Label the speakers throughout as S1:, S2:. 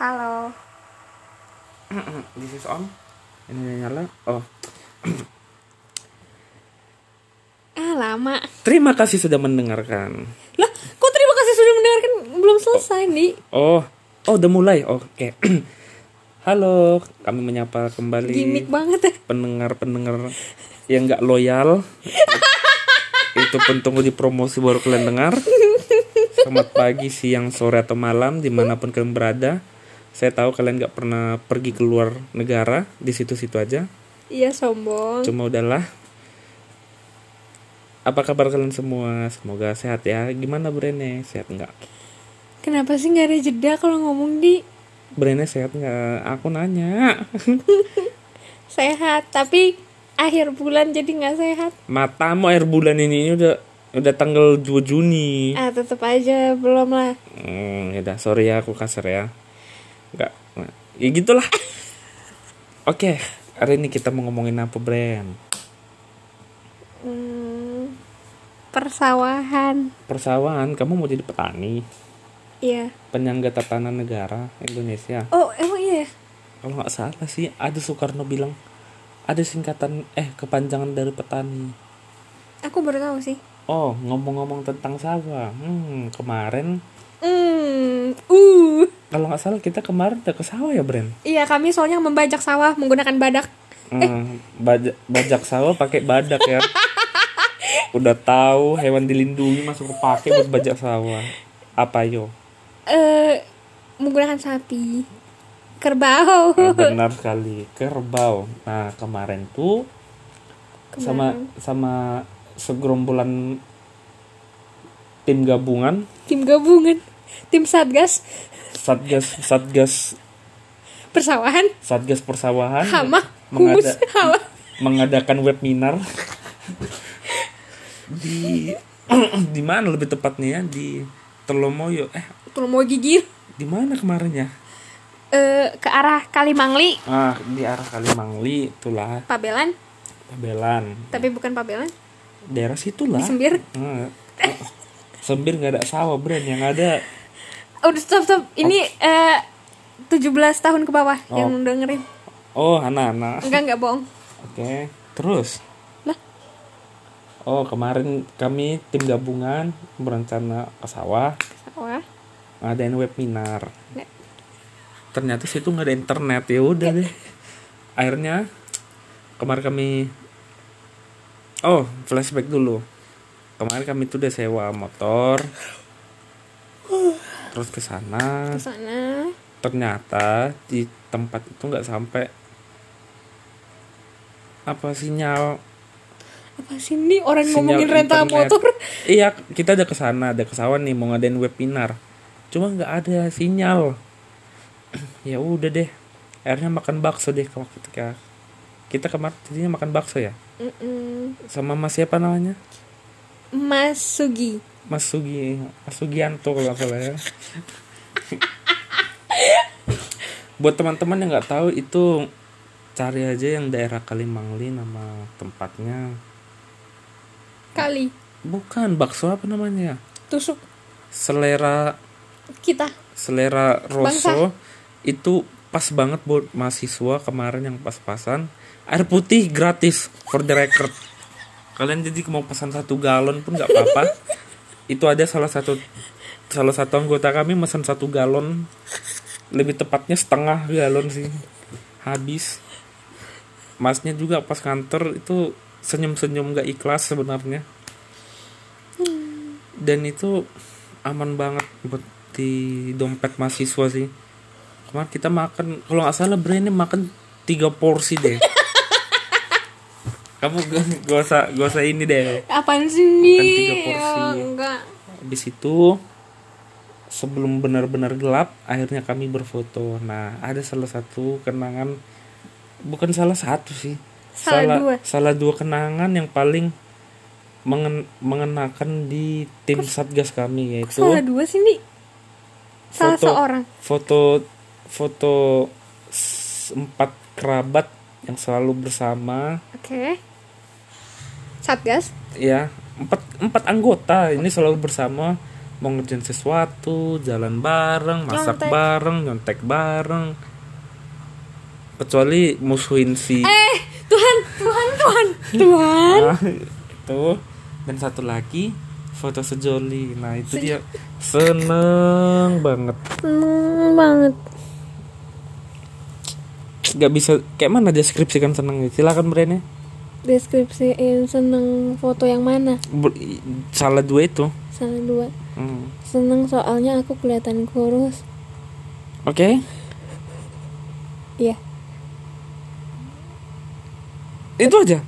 S1: Halo.
S2: This is on. Ini nyala. Oh.
S1: Eh lama.
S2: Terima kasih sudah mendengarkan.
S1: Lah, kok terima kasih sudah mendengarkan belum selesai nih.
S2: Oh, oh udah mulai. Oke. Halo, kami menyapa kembali
S1: Gimik banget ya.
S2: pendengar-pendengar yang nggak loyal. Itu pun tunggu di promosi baru kalian dengar. Selamat pagi, siang, sore atau malam dimanapun kalian berada. Saya tahu kalian nggak pernah pergi keluar negara di situ-situ aja.
S1: Iya sombong.
S2: Cuma udahlah. Apa kabar kalian semua? Semoga sehat ya. Gimana Brene? Sehat nggak?
S1: Kenapa sih nggak ada jeda kalau ngomong di
S2: Brene sehat nggak? Aku nanya.
S1: sehat? Tapi akhir bulan jadi nggak sehat.
S2: Matamu air bulan ini, ini udah udah tanggal 2 Juni.
S1: Ah tetap aja belum lah.
S2: Hmm, ya udah sorry ya aku kasar ya. Nggak. Ya gitulah. Oke, hari ini kita mau ngomongin apa Bren?
S1: Hmm, persawahan.
S2: Persawahan, kamu mau jadi petani,
S1: Iya.
S2: penyangga tatanan negara Indonesia.
S1: Oh emang iya. ya?
S2: kalau nggak salah sih ada Soekarno bilang ada singkatan eh kepanjangan dari petani
S1: Aku baru tahu sih.
S2: oh ngomong-ngomong tentang sawah hmm kemarin
S1: Hmm. Uh.
S2: kalau nggak salah kita kemarin udah ke sawah ya Bren
S1: Iya kami soalnya membajak sawah menggunakan badak.
S2: hmm, baja- bajak sawah pakai badak ya udah tahu hewan dilindungi masuk kepake buat bajak sawah apa yo
S1: Eh menggunakan sapi. Kerbau.
S2: Nah, benar sekali kerbau nah kemarin tuh sama sama segerombolan tim gabungan
S1: tim gabungan tim satgas
S2: satgas satgas
S1: persawahan
S2: satgas persawahan
S1: hama humus
S2: Iya, mengada-
S1: hawa
S2: mengadakan webinar di di mana lebih tepatnya ya? di Telomoyo eh
S1: Tuh mau gigir
S2: di mana kemarin ya
S1: eh ke arah Kalimangli
S2: ah di arah Kalimangli itulah
S1: Pabelan
S2: Pabelan
S1: tapi bukan Pabelan
S2: daerah situlah
S1: Sembir Eh.
S2: Ah, ah. Sembir nggak ada sawah brand yang ada
S1: oh stop stop ini eh 17 tahun ke bawah yang dengerin
S2: oh anak-anak
S1: enggak enggak bohong
S2: oke terus
S1: lah
S2: oh kemarin kami tim gabungan berencana ke sawah
S1: wah
S2: ngadain webinar
S1: Nggak.
S2: ternyata situ nggak ada internet ya udah deh akhirnya kemarin kami oh flashback dulu kemarin kami tuh udah sewa motor terus ke sana
S1: ke sana
S2: ternyata di tempat itu nggak sampai apa sinyal
S1: apa sih ini orang ngomongin
S2: Sinyal
S1: rental
S2: internet.
S1: motor
S2: iya kita ada ke sana ada ke sawah nih mau ngadain webinar cuma nggak ada sinyal ya udah deh akhirnya makan bakso deh ke- ketika kita kemarin jadinya makan bakso ya
S1: Mm-mm.
S2: sama mas siapa namanya
S1: Mas Sugi
S2: mas Sugi mas Sugianto kalau nggak salah ya buat teman-teman yang nggak tahu itu cari aja yang daerah Kalimangli nama tempatnya
S1: kali
S2: bukan bakso apa namanya
S1: tusuk
S2: selera
S1: kita
S2: selera Rosso itu pas banget buat mahasiswa kemarin yang pas-pasan air putih gratis for the record kalian jadi mau pesan satu galon pun nggak apa-apa itu ada salah satu salah satu anggota kami pesan satu galon lebih tepatnya setengah galon sih habis masnya juga pas kantor itu senyum-senyum nggak ikhlas sebenarnya dan itu aman banget buat di dompet mahasiswa sih kemarin kita makan kalau nggak salah Bre, ini makan tiga porsi deh kamu gak, gak usah gak usah ini deh
S1: apaan sih ini
S2: Makan tiga porsi.
S1: Ya, enggak
S2: habis itu sebelum benar-benar gelap akhirnya kami berfoto nah ada salah satu kenangan bukan salah satu sih
S1: Salah dua.
S2: salah dua kenangan yang paling mengen- mengenakan di tim satgas
S1: Kok
S2: kami yaitu
S1: salah dua sih nih salah
S2: Foto.
S1: seorang
S2: foto foto s- empat kerabat yang selalu bersama
S1: oke satgas
S2: ya empat empat anggota ini selalu bersama mau ngerjain sesuatu jalan bareng masak
S1: Nyontek.
S2: bareng nyontek bareng kecuali musuhin si
S1: Eh, kan? Tuhan, Tuhan, Tuhan, Tuhan.
S2: Nah, itu dan satu lagi foto sejoli nah itu dia seneng banget
S1: Seneng banget.
S2: nggak bisa kayak mana deskripsikan seneng silakan ya. brandnya
S1: Deskripsiin seneng foto yang mana?
S2: Ber- salah dua itu
S1: Salah dua.
S2: Hmm.
S1: Seneng soalnya aku kelihatan kurus.
S2: oke
S1: Iya.
S2: itu aja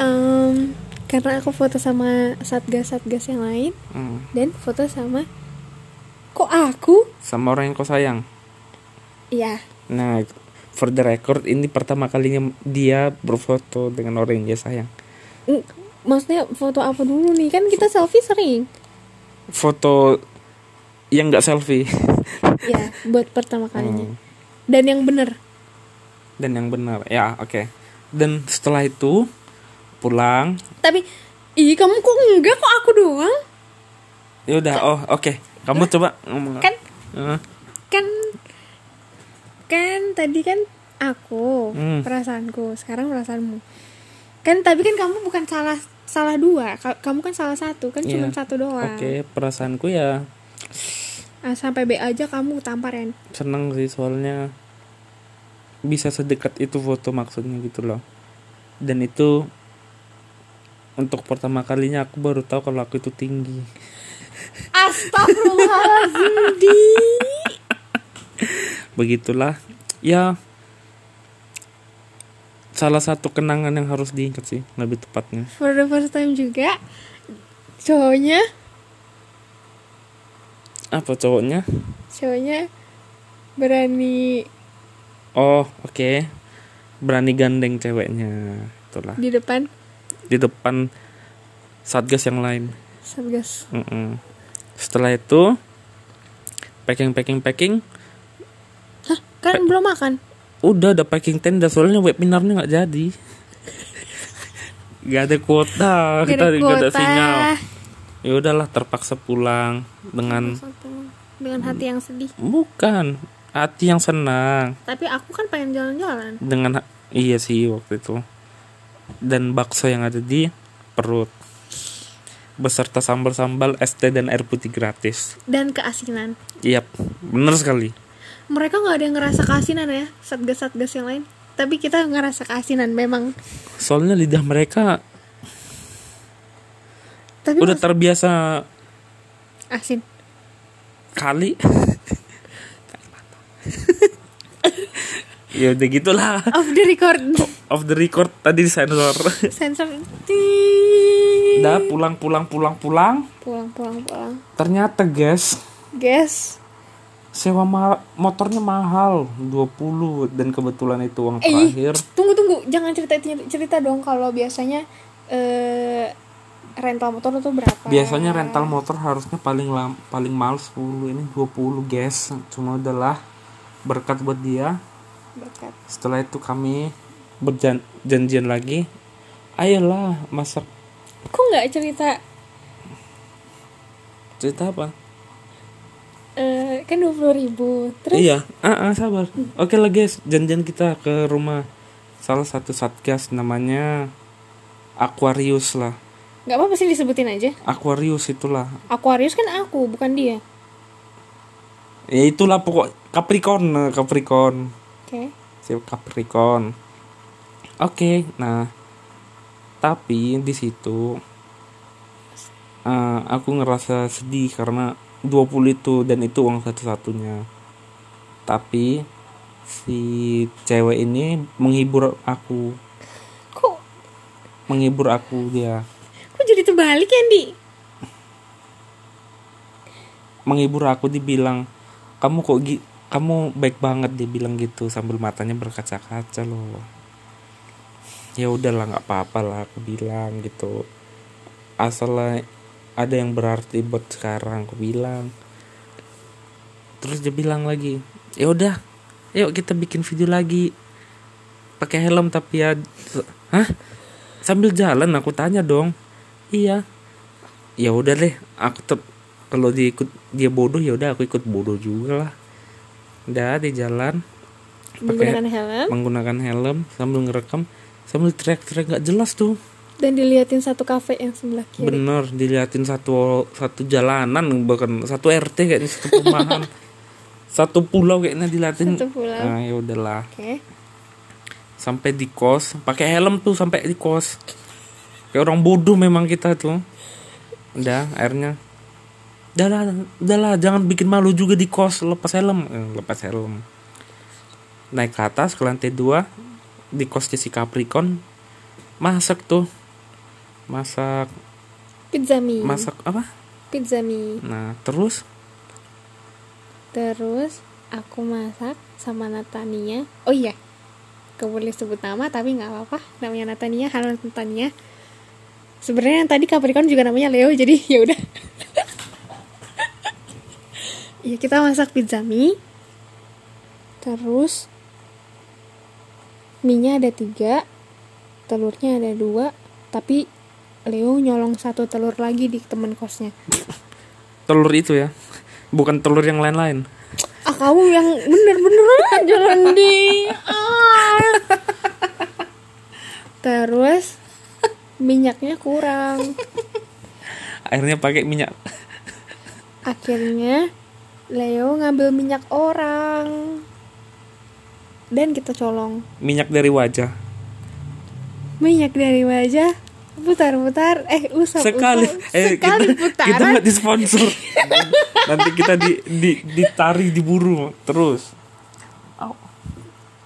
S1: Em, karena aku foto sama satgas-satgas yang lain
S2: Hmm.
S1: dan foto sama kok aku?
S2: sama orang yang kau sayang
S1: Iya.
S2: nah for the record ini pertama kalinya dia berfoto dengan orang yang dia sayang
S1: N- Maksudnya foto apa dulu nih? Kan kita selfie sering.
S2: foto yang nggak selfie
S1: Ya, buat pertama kalinya.
S2: Hmm.
S1: Dan yang bener
S2: dan yang benar ya oke dan setelah itu pulang
S1: Tapi Ih kamu kok enggak kok aku doang
S2: ya udah oh oke kamu coba ngomong
S1: Kan
S2: Eh,
S1: Kan Kan tadi kan aku
S2: Hmm.
S1: Perasaanku Sekarang perasaanmu Kan tapi kan kamu bukan salah Salah dua Ka- Kamu kan salah satu Kan cuma
S2: Iya.
S1: satu doang
S2: oke perasaanku ya
S1: Ah, Sampai B aja kamu tamparan
S2: seneng sih soalnya bisa sedekat itu foto maksudnya gitu loh dan itu untuk pertama kalinya aku baru tahu kalau aku itu tinggi
S1: Astagfirullahaladzim Di
S2: begitulah ya salah satu kenangan yang harus diingat sih lebih tepatnya
S1: For the first time juga Cowoknya
S2: apa cowoknya
S1: Cowoknya Berani
S2: oh oke berani gandeng ceweknya itulah
S1: Di depan
S2: di depan satgas yang lain
S1: Satgas
S2: Mm-mm. setelah itu packing packing packing
S1: Hah
S2: Eh,
S1: kan belum makan
S2: udah ada packing tenda soalnya webinarnya nggak jadi nggak ada kuota ah,
S1: Kira
S2: kita nggak ada
S1: kuota.
S2: sinyal ya udahlah terpaksa pulang dengan
S1: dengan hati yang sedih
S2: bukan hati yang senang
S1: tapi aku kan pengen jalan-jalan
S2: dengan ha- iya sih waktu itu dan bakso yang ada di perut beserta sambal-sambal es teh dan air putih gratis
S1: dan keasinan
S2: Yap, bener sekali.
S1: mereka nggak ada yang ngerasa keasinan ya satgas-satgas yang lain tapi kita ngerasa keasinan memang
S2: Soalnya lidah mereka
S1: tapi
S2: udah
S1: mas-
S2: terbiasa
S1: asin
S2: kali. ya udah gitulah.
S1: off the record
S2: Off the record tadi sensor.
S1: sensor Tiiit.
S2: Udah pulang pulang pulang pulang.
S1: pulang pulang pulang
S2: Ternyata guys,
S1: guys
S2: sewa ma- motornya mahal 20 dan kebetulan itu uang
S1: Eh.
S2: terakhir.
S1: tunggu tunggu jangan cerita cerita dong kalau biasanya eh rental motor tuh berapa
S2: Biasanya rental motor harusnya paling lam- paling mahal 10 ini 20 guys. Cuma udahlah berkat buat dia.
S1: Berkat.
S2: setelah itu kami berjanjian lagi ayolah masak
S1: kok nggak cerita
S2: cerita apa
S1: eh kan dua puluh ribu terus
S2: iya ah, ah, sabar oke lah guys janjian kita ke rumah salah satu satgas namanya Aquarius lah
S1: nggak apa-apa sih disebutin aja
S2: Aquarius itulah
S1: Aquarius kan aku, bukan dia.
S2: ya itulah pokok Capricorn eh, Capricorn
S1: Oke.
S2: si Capricorn. Oke, nah tapi di situ eh, aku ngerasa sedih karena 20 itu dan itu uang satu-satunya. Tapi si cewek ini menghibur aku,
S1: Kok
S2: menghibur aku dia,
S1: kok jadi terbalik ya, Di?
S2: menghibur aku dibilang kamu kok gi- kamu baik banget dia bilang gitu sambil matanya berkaca-kaca loh. ya udahlah nggak apa-apa lah aku bilang gitu asal lah ada yang berarti buat sekarang aku bilang terus dia bilang lagi ya udah yuk kita bikin video lagi pakai helm tapi ya hah sambil jalan aku tanya dong iya ya udah deh aku tetap kalau dia ikut dia bodoh ya udah aku ikut bodoh juga lah udah di jalan
S1: menggunakan helm
S2: menggunakan helm sambil ngerekam sambil teriak-teriak nggak jelas tuh
S1: dan diliatin satu kafe yang sebelah kiri
S2: bener diliatin satu satu jalanan bahkan satu RT kayaknya satu perumahan satu pulau kayaknya diliatin
S1: Satu pulau.
S2: nah ya udahlah
S1: oke
S2: sampai di kos pakai helm tuh sampai di kos kayak orang bodoh memang kita tuh udah akhirnya udah lah udah lah jangan bikin malu juga di kos lepas helm Eh, lepas helm naik ke atas ke lantai dua di kosnya si Capricorn masak tuh masak
S1: pizza mie
S2: masak apa
S1: pizza mie
S2: nah terus
S1: terus aku masak sama Natania oh iya gak boleh sebut nama tapi nggak apa-apa namanya Natania halo Natania sebenarnya yang tadi Capricorn juga namanya Leo jadi ya udah ya kita masak pizza mie terus mie ada tiga telurnya ada dua tapi Leo nyolong satu telur lagi di teman kosnya
S2: telur itu ya bukan telur yang lain-lain
S1: ah kamu yang bener-bener kan jalan di ah. terus minyaknya kurang
S2: akhirnya pakai minyak
S1: akhirnya Leo ngambil minyak orang dan kita colong
S2: minyak dari wajah
S1: minyak dari wajah putar-putar eh usap
S2: sekali
S1: usap,
S2: eh,
S1: sekali
S2: kita, kita
S1: putaran
S2: nggak di sponsor nanti kita di, di ditarik diburu terus
S1: Oh.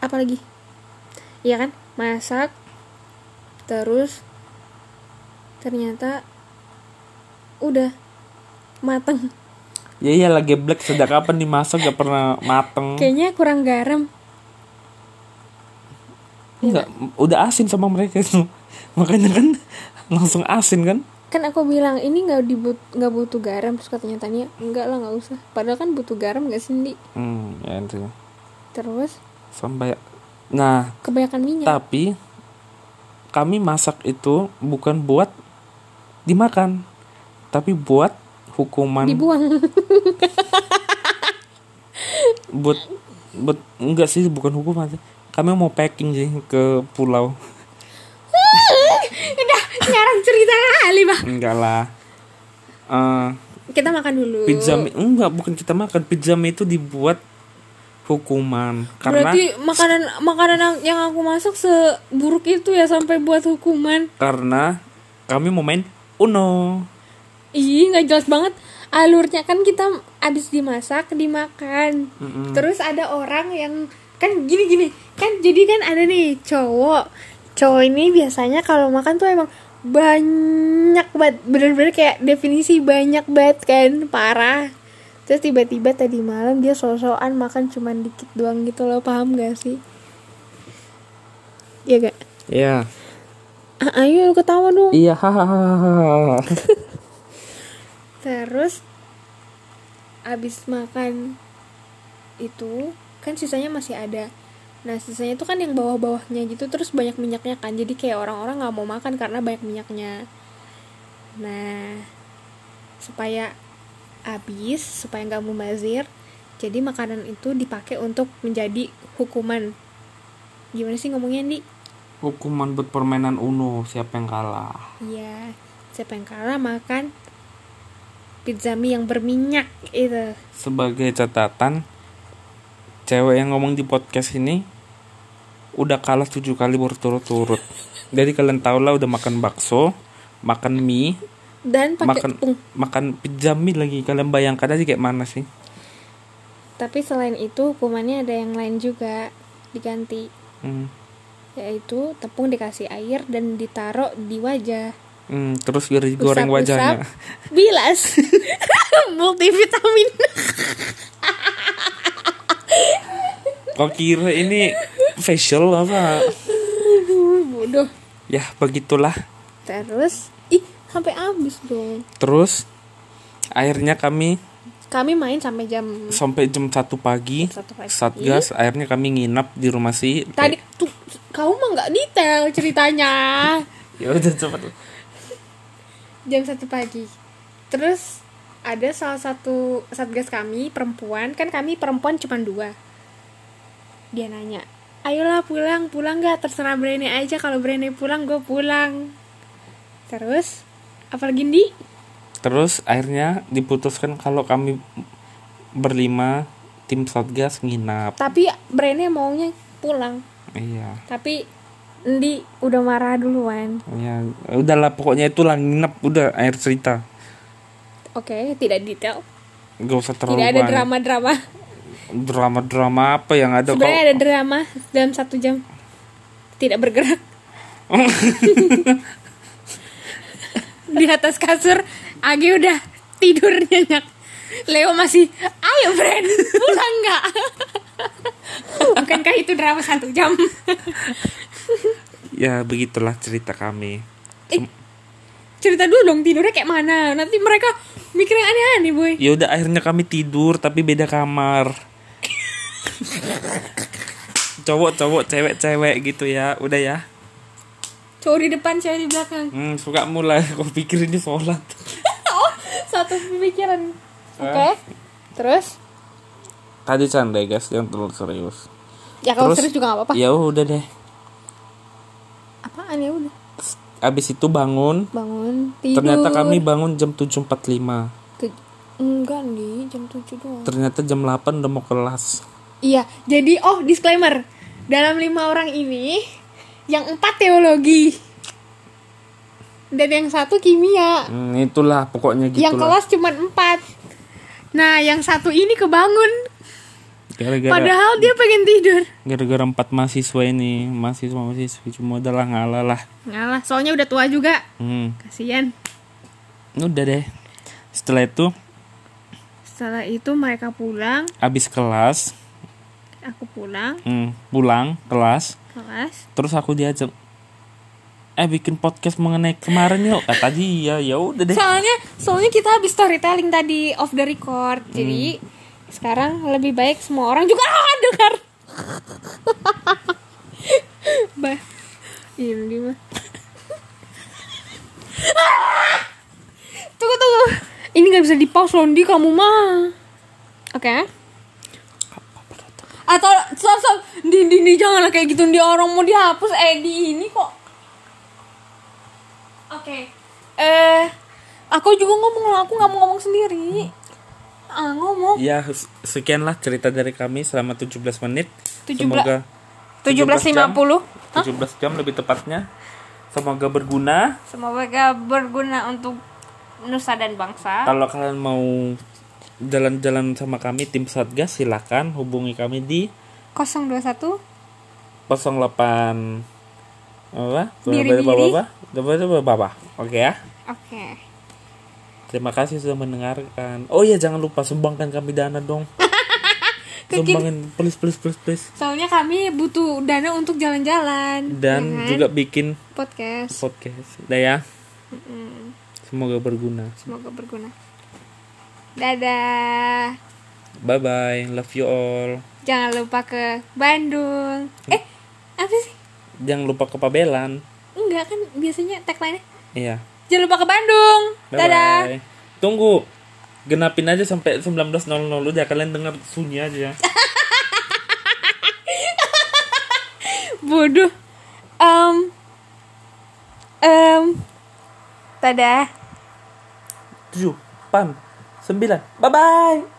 S1: apalagi iya kan masak terus ternyata udah mateng
S2: ya iya lagi black sejak kapan dimasak gak pernah mateng
S1: kayaknya kurang garam
S2: Enggak, udah asin sama mereka itu makanya kan langsung asin kan
S1: kan aku bilang ini nggak dibut nggak butuh garam terus katanya tanya enggak lah nggak usah padahal kan butuh garam nggak sendi
S2: hmm ya itu
S1: terus
S2: sampai nah
S1: kebanyakan minyak
S2: tapi kami masak itu bukan buat dimakan tapi buat hukuman
S1: dibuang
S2: buat buat enggak sih bukan hukuman sih. Kami mau packing sih ke pulau.
S1: udah nyarang cerita kali bah
S2: Enggak lah. Eh,
S1: kita makan dulu
S2: pizza mie- enggak bukan kita makan pizza mie itu dibuat hukuman karena
S1: berarti makanan makanan yang- yang aku masak seburuk itu ya sampai buat hukuman
S2: karena kami mau main Uno.
S1: Ih, nggak jelas banget alurnya kan kita abis dimasak dimakan. Terus ada orang yang kan gini-gini kan jadi kan ada nih cowok cowok ini biasanya kalau makan tuh emang banyak banget bener-bener kayak definisi banyak banget kan parah terus tiba-tiba tadi malam dia sosokan makan cuman dikit doang gitu loh paham gak sih ya gak
S2: Ya.
S1: Ah, ayo ketawa dong
S2: Iya hahaha.
S1: Terus abis makan itu kan sisanya masih ada. Nah sisanya itu kan yang bawah-bawahnya gitu terus banyak minyaknya kan. Jadi kayak orang-orang nggak mau makan karena banyak minyaknya. Nah supaya abis supaya nggak mubazir jadi makanan itu dipakai untuk menjadi hukuman gimana sih ngomongnya Ndi?
S2: hukuman buat permainan Uno siapa yang kalah.
S1: Iya, siapa yang kalah makan pizza mie yang berminyak gitu. itu.
S2: Sebagai catatan cewek yang ngomong di podcast ini udah kalah tujuh kali berturut-turut. Jadi kalian tau lah udah makan bakso, makan mie,
S1: Dan pakai
S2: makan
S1: tepung.
S2: makan pizza mie lagi. Kalian bayangkan aja kayak mana sih?
S1: Tapi selain itu hukumannya ada yang lain juga diganti,
S2: Hmm.
S1: yaitu tepung dikasih air dan ditaruh di wajah.
S2: Hmm, terus goreng
S1: Usap-usap,
S2: wajahnya.
S1: Bilas. Multivitamin.
S2: Kok kira ini facial apa?
S1: Aduh, bodoh.
S2: Ya, begitulah.
S1: Terus, ih, sampai habis dong.
S2: Terus akhirnya kami
S1: Kami main sampai jam
S2: sampai jam 1 pagi,
S1: Hmm. Satu pagi.
S2: Satgas akhirnya kami nginap di rumah si
S1: Tadi tuh kamu mah nggak detail ceritanya.
S2: Ya udah cepet.
S1: jam satu pagi terus ada salah satu satgas kami perempuan kan kami perempuan cuma dua dia nanya ayolah pulang pulang gak terserah Brene aja kalau Brene pulang gue pulang terus apalagi di
S2: Terus akhirnya diputuskan kalau kami berlima tim Satgas nginap.
S1: tapi Brene maunya pulang
S2: Iya.
S1: tapi Ndi udah marah duluan
S2: Iya, udahlah pokoknya itulah nginep udah air cerita.
S1: oke tidak detail
S2: Gak usah terlalu
S1: tidak ada
S2: banyak.
S1: drama drama
S2: Drama-drama apa yang ada
S1: sebenarnya
S2: kok.
S1: ada drama dalam satu jam tidak bergerak di atas kasur Agi udah tidur nyenyak Leo masih ayo Bren pulang nggak bukankah itu drama satu jam
S2: Ya begitulah cerita kami.
S1: Eh, cerita dulu dong tidurnya kayak mana nanti mereka mikir yang aneh-aneh boy
S2: Ya udah akhirnya kami tidur tapi beda kamar. Cowok-cowok, cewek-cewek gitu ya. Udah ya.
S1: cowok di depan cewek di belakang
S2: Hmm, suka mulai kau pikir ini sholat.
S1: oh satu pemikiran
S2: Eh.
S1: oke terus
S2: Tadi canda guys, yang terlalu serius.
S1: ya kalau
S2: Terus?
S1: serius juga gak apa-apa
S2: Ya udah deh.
S1: apaan ya udah
S2: Abis itu bangun,
S1: bangun tidur
S2: ternyata kami bangun jam 7.45.
S1: Ke- enggak nih jam 7 doang
S2: Ternyata jam 8 udah mau kelas.
S1: iya jadi oh disclaimer dalam lima orang ini yang empat teologi dan yang satu kimia
S2: Hmm, itulah pokoknya gitu
S1: yang kelas cuma empat nah yang satu ini kebangun
S2: Gara-gara
S1: padahal dia pengen tidur
S2: gara-gara empat mahasiswa ini, mahasiswa mahasiswi cuma udahlah ngalah lah.
S1: ngalah soalnya udah tua juga
S2: Hmm,
S1: kasihan
S2: udah deh. Setelah itu
S1: setelah itu mereka pulang
S2: abis kelas,
S1: aku pulang
S2: hmm, pulang kelas,
S1: kelas
S2: terus aku diajak eh bikin podcast mengenai kemarin yuk kata dia ya udah deh
S1: soalnya soalnya kita habis storytelling tadi off the record jadi sekarang lebih baik semua orang juga ah, dengar bah ini mah Ah! tunggu tunggu ini nggak bisa di pause Londi kamu mah oke atau stop stop di di, di janganlah kayak gitu di orang mau dihapus eh di ini kok oke eh aku juga ngomong lah aku nggak mau ngomong sendiri ah ngomong
S2: ya s- sekianlah cerita dari kami selama 17 menit
S1: 17
S2: semoga
S1: 17.50
S2: jam, 17 jam lebih tepatnya semoga berguna
S1: semoga berguna untuk nusa dan bangsa
S2: kalau kalian mau jalan-jalan sama kami tim satgas silakan hubungi kami di
S1: 021
S2: 08 apa?
S1: Biri-biri.
S2: Bapak-bapak. Bapak-bapak. Oke ya.
S1: oke
S2: Terima kasih sudah mendengarkan. Oh iya jangan lupa sumbangkan kami dana dong. Sumbangin please please please please.
S1: soalnya kami butuh dana untuk jalan-jalan ya kan?
S2: Dan juga bikin
S1: podcast
S2: podcast. Udah ya. Semoga berguna.
S1: semoga berguna dadah
S2: Bye bye. Love you all.
S1: jangan lupa ke Bandung eh apa sih
S2: Jangan lupa kepabelan.
S1: enggak kan biasanya tagline nya
S2: Iya.
S1: jangan lupa ke Bandung
S2: Bye
S1: dadah
S2: bye. Tunggu. Genapin aja sampai 19.00 udah kalian dengar sunyi aja. ya.
S1: bodoh um um dadah
S2: 7, 8, 9. Bye bye.